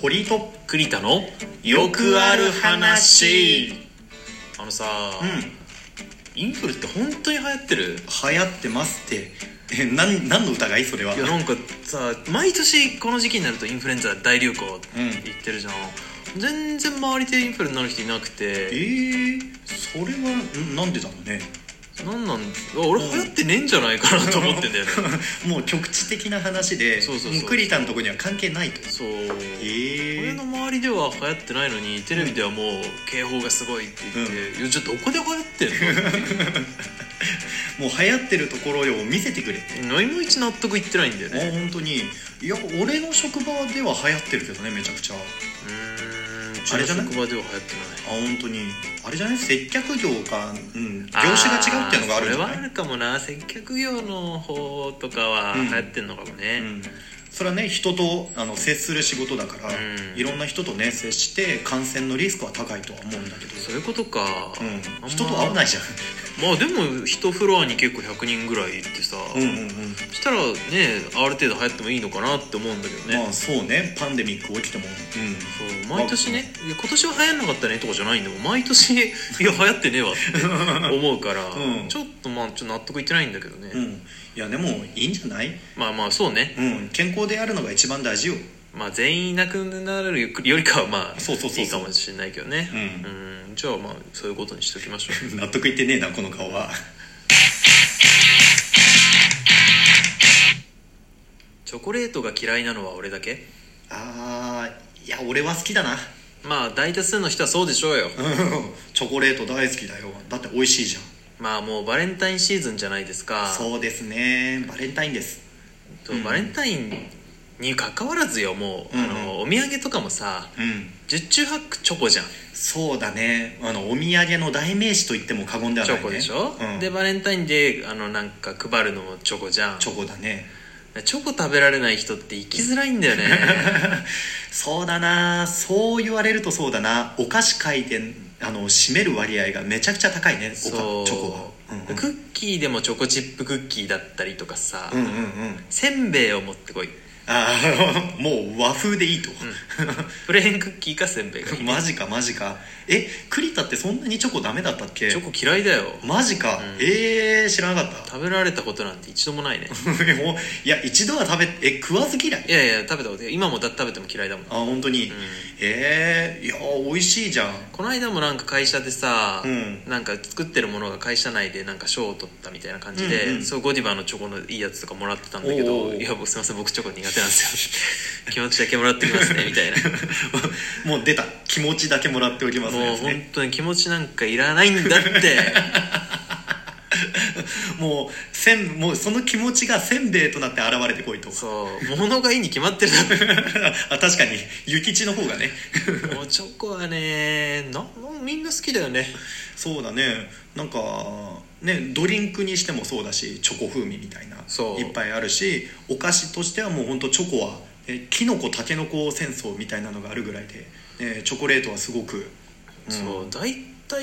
堀と栗田のよくある話あのさ、うんインフルって本当に流行ってる流行ってますってえなん何の疑いそれはいやなんかさ毎年この時期になるとインフルエンザ大流行って言ってるじゃん、全然周りでインフルになる人いなくえてー、それはんなんでだろうねなんなんあ俺流行ってねえんじゃないかなと思ってんだよ ねもう局地的な話でそうそうそうも栗田のとこには関係ないとそう、え俺の周りでは流行ってないのにテレビではもう警報がすごいって言って、いやじゃあどこで流行ってんのもう流行ってるところを見せてくれって何もいち納得いってないんだよあね本当にいや俺の職場では流行ってるけどねめちゃくちゃあうーんあれじゃない職場では流行って本当にあれじゃない接客業か、うん、業ない種が違うっていうのがあるんじゃーそれはあないるかもな接客業の方とかはう流ん行ってんのかもね、うんそれはね人とあの接する仕事だから、うんいろんな人とね接して感染のリスクは高いとは思うんだけどそういうことか、うん、ま人と会わないじゃんまあでも一フロアに結構100人ぐらいいてさ、うんうんうん、そしたらねある程度流行ってもいいのかなって思うんだけどね、まあそうねパンデミック起きても、うん、そう毎年ねいや今年は流行んなかったねとかじゃないんでもう毎年いや流行ってね えわって思うか ら、うんちょっとまあちょっと納得いってないんだけどね、うん、いやでもいいんじゃない、まあまあそうねうん、健康であるのが一番大事よ、まあ全員いなくなるよりかはまあそうそうそうそういいかもしれないけどね、うんじゃあまあそういうことにしておきましょう 納得いってねえなこの顔はチョコレートが嫌いなのは俺だけあーいや俺は好きだなまあ大多数の人はそうでしょうよチョコレート大好きだよだって美味しいじゃんまあもうバレンタインシーズンじゃないですかそうですねバレンタインですとバレンタインに関わらずよもう、うんうんあのお土産とかもさうん十中八九チョコじゃんそうだねあのお土産の代名詞と言っても過言ではチないョねコでしょ、うん、でバレンタインであのなんか配るのもチョコじゃんチョコだねチョコ食べられない人って生きづらいんだ よねそうだなそう言われるとそうだなお菓子界であの占める割合がめちゃくちゃ高いねおかそうチョコは、うんうん、クッキーでもチョコチップクッキーだったりとかさ、うんうんうんせんべいを持ってこい、あ ーもう和風でいいと、プレーンクッキーかせんべいがい いマジかマジかえ栗田ってそんなにチョコダメだったっけチョコ嫌いだよマジか、うんええー、知らなかった 食べられたことなんて一度もないねもういや一度は食べえ食わず嫌いいやいや食べたこと今もだ食べても嫌いだもんあ本当に、んええー、いやー美味しいじゃん この間もなんか会社でさ、うんなんか作ってるものが会社内でなんか賞を取ったみたいな感じで、うんうんそうゴディバのチョコのいいやつとかもらってたんだけおどーいや僕すいません僕チョコ苦手なんですよ気持ちだけもらってきますねみ たいなもう出た気持ちだけもらっておきますもう本ね当に気持ちなんかいらないんだってもうせんもうその気持ちがせんべいとなって現れてこいとそう物がいいに決まってるだ あ確かに諭吉の方がねろもうチョコはねななみんな好きだよねそうだねなんかねドリンクにしてもそうだしチョコ風味みたいなそういっぱいあるしお菓子としてはもう本当チョコはえキノコタケノコ戦争みたいなのがあるぐらいで、えチョコレートはすごく、うんそう大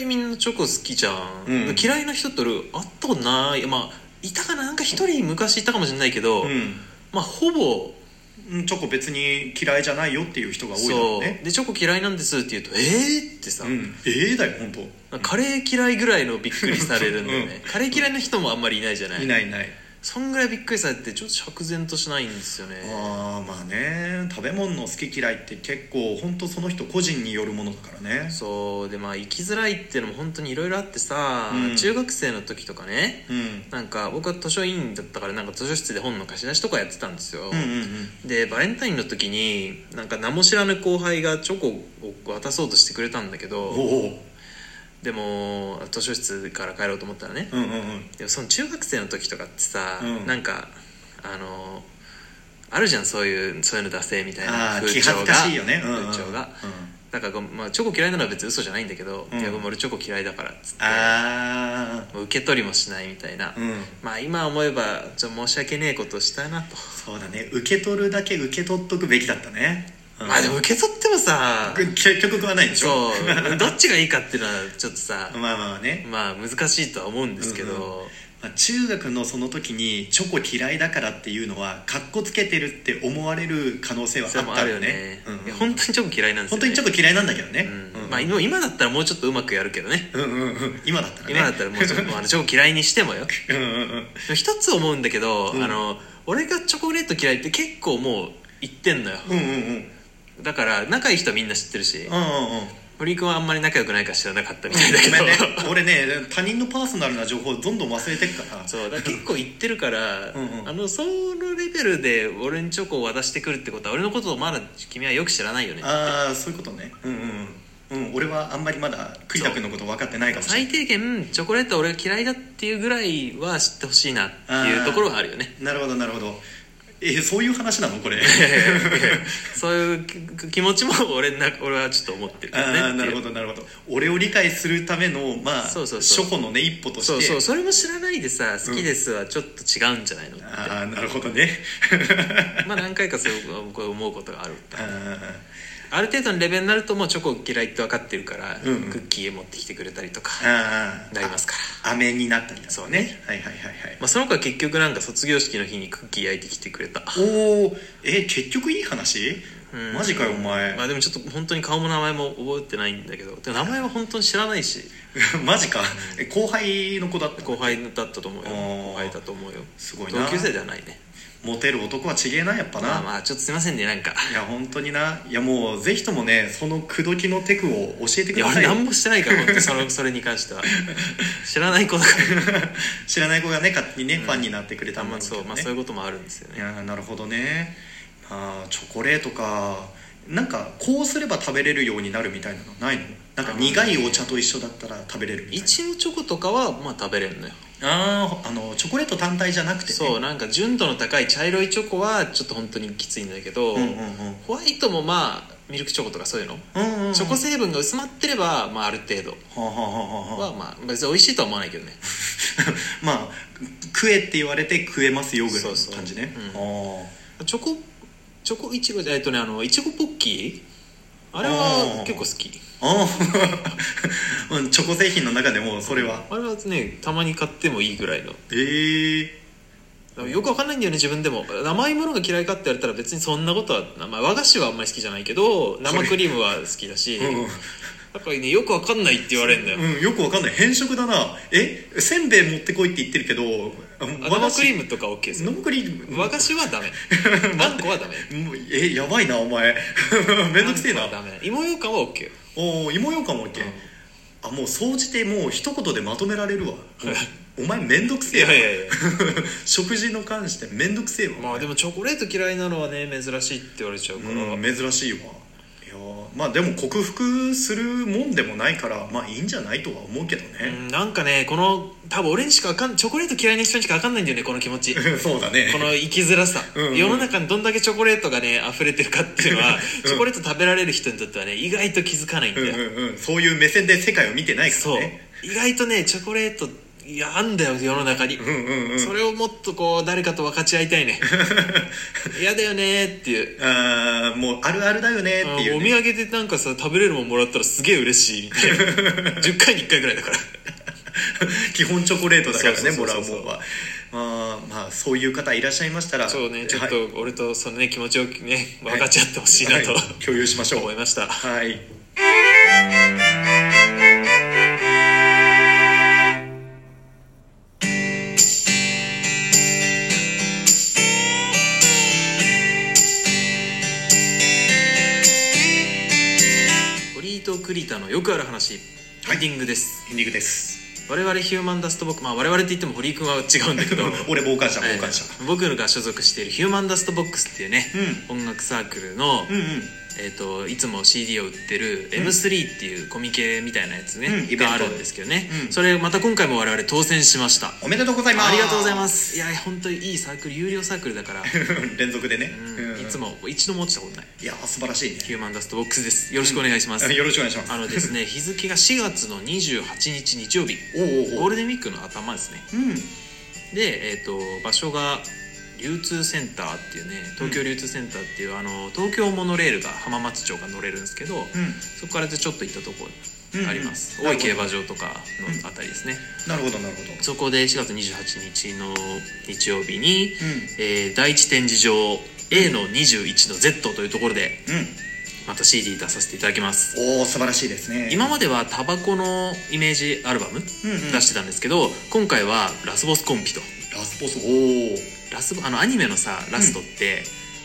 体みんなチョコ好きじゃん、うん嫌いな人って俺会ったことないまあいたかななんか一人昔いたかもしれないけど、うんまあほぼうんチョコ別に嫌いじゃないよっていう人が多いだろそううねでチョコ嫌いなんですって言うと「えー?」ってさ、うん、ええだよ本当なんかカレー嫌いぐらいのびっくりされるんだよね、うカレー嫌いな人もあんまりいないじゃないいないいないそんぐらいびっくりされてちょっと釈然としないんですよねあーまあね食べ物の好き嫌いって結構本当その人個人によるものだからねそうでまあ生きづらいっていうのも本当にいろいろあってさ、うん中学生の時とかねうんなんか僕は図書委員だったからなんか図書室で本の貸し出しとかやってたんですよ、うんうんでバレンタインの時になんか名も知らぬ後輩がチョコを渡そうとしてくれたんだうけんどおおでも図書室から帰ろうと思ったらねうんうんうんでもその中学生の時とかってさ、うんなんかあのあるじゃんそういうそういうの出せみたいなああ風気潮恥ずがかしいよねうんうん風潮がうんだからこう、まあ、チョコ嫌いなのは別に嘘じゃないんだけど、うんいやごめん俺チョコ嫌いだからっつってあもう受け取りもしないみたいな、あうんまあ今思えばちょっと申し訳ねえことしたなと、そうだね受け取るだけ受け取っとくべきだったね、うんまあでも受け取ってもさく結局食わないんでしょそうどっちがいいかっていうのはちょっとさ、まあまあねまあ難しいとは思うんですけど、うんうんまあ、中学のその時にチョコ嫌いだからっていうのはかっこつけてるって思われる可能性はあっそれもたあのるよよねね、うんうんいや本当にチョコ嫌いなんですよ、本ね、当にちょっと嫌いなんだけどね、うんうんまあ、今今だったらもうちょっとうまくやるけどねうんうんうん今だったらね今だったらもうちょっ とあのチョコ嫌いにしてもようんうんうん一つ思うんだけど、うんあの俺がチョコレート嫌いって結構もう言ってんのようんうんうんだから仲いい人はみんな知ってるしうんうんうん堀井君はあんまり仲良くないから知らなかったみごたい だけど、めんね俺ね他人のパーソナルな情報どんどん忘れてっから そうだから結構言ってるからうんうんあのそのレベルで俺にチョコを渡してくるってことは俺のことをまだ君はよく知らないよねああそういうことねうんうんうん、うん、俺はあんまりまだ栗田君のこと分かってないかもしれ最ない低限チョコレート俺が嫌いだっていうぐらいは知ってほしいなっていうところはあるよねなるほどなるほどえーそういう話なの これそういうき気持ちも俺な俺はちょっと思ってるからねああなっているうほどなるほど俺を理解するためのまあそうそうそう初歩のね一歩としてそうそうそれも知らないでさ「好きです」はちょっと違うんじゃないのって、ああなるほどね まあ何回かそうこう思うことがあるあーある程度のレベルになるともうチョコ嫌いって分かってるから、うんうんクッキー持ってきてくれたりとかあーなりますから飴になったりだそうねはいはいはいはいまあ、その子は結局なんか卒業式の日にクッキー焼いてきてくれたおおえー結局いい話うんマジかよお前まあでもちょっと本当に顔も名前も覚えてないんだけどでも名前は本当に知らないし マジかえ後輩の子だった後輩だったと思うあよー後輩だと思うよすごいな同級生ではないねモテる男はちげえなやっぱな、まあまあちょっとすいませんねなんかいや本当にないやもうぜひともねその口説きのテクを教えていくやださ俺い何もしてないから本当にそれそれに関しては知らない子だから 知らない子がね勝手にね、ファンになってく れたあんまだあろうけどねそうまあそういうこともあるんですよいねやーなるほどねまあチョコレートかなんかこうすれば食べれるようになるみたいなのないのなんか苦いお茶と一緒だったら食べれるみたいな一応チョコとかはまあ食べれるのよあーあのチョコレート単体じゃなくてねそうなんか純度の高い茶色いチョコはちょっと本当にきついんだけど、うんうんうんホワイトもまあミルクチョコとかそういうの、うんうんうんチョコ成分が薄まってれば、まあ、ある程度はあはあはあはあは、まあ、別に美味しいとは思わないけどね まあ食えって言われて食えますよぐらいの感じねそうあそチョコチョコいちごえっとねあのいちごポッキーあれはあー結構好きああー うんチョコ製品の中でもそれはあれはねたまに買ってもいいぐらいのえー、よくわかんないんだよね自分でも甘いものが嫌いかって言われたら別にそんなことは、まあ、和菓子はあんまり好きじゃないけど生クリームは好きだし、うんうんだからねよくわかんないって言われるんだよ、うん、よくわかんない変色だなえせんべい持ってこいって言ってるけどあ生クリムームとか OK ですよ生クリーム和菓子は ダメあんこはダメもうえやばいなお前 めんどくせえなあんこはダメ芋ようかんは OK よおお芋ようかんもいけ、うんあもう総じてもう一言でまとめら れるわお前めんどくせいえわやいやいや食事の関してめんどくせえわ、まあでもチョコレート嫌いなのはね珍しいって言われちゃうから、うん、珍しいわいやーまあでも克服するもんでもないからまあいいんじゃないとは思うけどうね、んなんかねこの多分俺にしかわかんチョコレート嫌いな人にしかわかんないんだよねこの気持ちこ そうだねの生きづらさうんうん世の中にどんだけチョコレートがね溢れてるかっていうのは、うんチョコレート食べられる人にとってはね意外と気づかないんだうんよ、うんうん、そういう目線で世界を見てないかそらうね意外とねチョコレートいやあんだよ世の中に、うんうんうんそれをもっとこう誰かと分かち合い たいね嫌だよねっていうあーもうあるあるだよねってあいう、おね、土産でなんかさ食べれるもんもらったらすげえ嬉しいみたい な10回に1回ぐらいだから 基本チョコレートだからそうねそもうらそううそうもんはまあまあそういう方いらっしゃいましたらそうねちょっはいと俺とそのね気持ちをね分かち合ってほしいなと、はい共有しましょう思いましたはい堀井と栗田のよくある話はエいンディングです、エンディングです我々ヒューマンダストボックスまあ我々って言っても堀井君は違うんだけ ど俺傍観者はい傍観者、僕が所属しているヒューマンダストボックスっていうね、音楽サークルの、うんうんえー、といつも CD を売ってる M3 っていうコミケみたいなやつね、うんイベントがあるんですけどね、うんそれまた今回も我々当選しましたおめでとうございますありがとうございますいや本当にいいサークル有料サークルだから、 連続でね、うんうんいつも一度も落ちたことないいや素晴らしいねヒューマンダストボックスですよろしくお願いします、よろしくお願いしますあのですね日付が4月の28日日曜日おうおうゴーおうルデンウィークの頭ですねうんで、えー、と場所が流通センターっていうね東京流通センターっていう、あの東京モノレールが浜松町が乗れるんですけど、うんそこからちょっと行ったとこうんあります、うん大井競馬場とかのあたりですね、なるほどなるほどそこで4月28日の日曜日に、うんえー第一展示場 A の21の Z というところでうまた CD 出させていただきますんおお素晴らしいですね今まではタバコのイメージアルバムうんうん出してたんですけど、今回はラスボスコンピとラスボスおおラスボあのアニメのさラストって、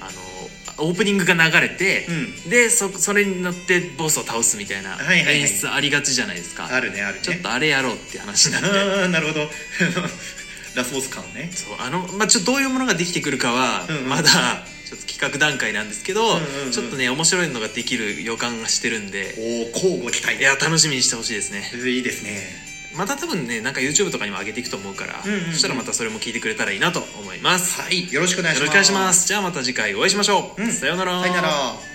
あのオープニングが流れて、うでそそれに乗ってボスを倒すみたいなはいはいはい演出ありがちじゃないですか、あるねあるねちょっとあれやろうって話になってああ なるほどラスボス感ねそうあの、まあ、ちょっとどういうものができてくるかは、うんうんまだちょっと企画段階なんですけど、んうんうんちょっとね面白いのができる予感がしてるんでおお交互期待いや楽しみにしてほしいですねいいですねまた多分ねなんか YouTube とかにも上げていくと思うから、うんうんうんそしたらまたそれも聞いてくれたらいいなと思います、はいよろしくお願いよしまろしくすお願いしますじゃあまた次回お会いしましょう、うんさようならさよなら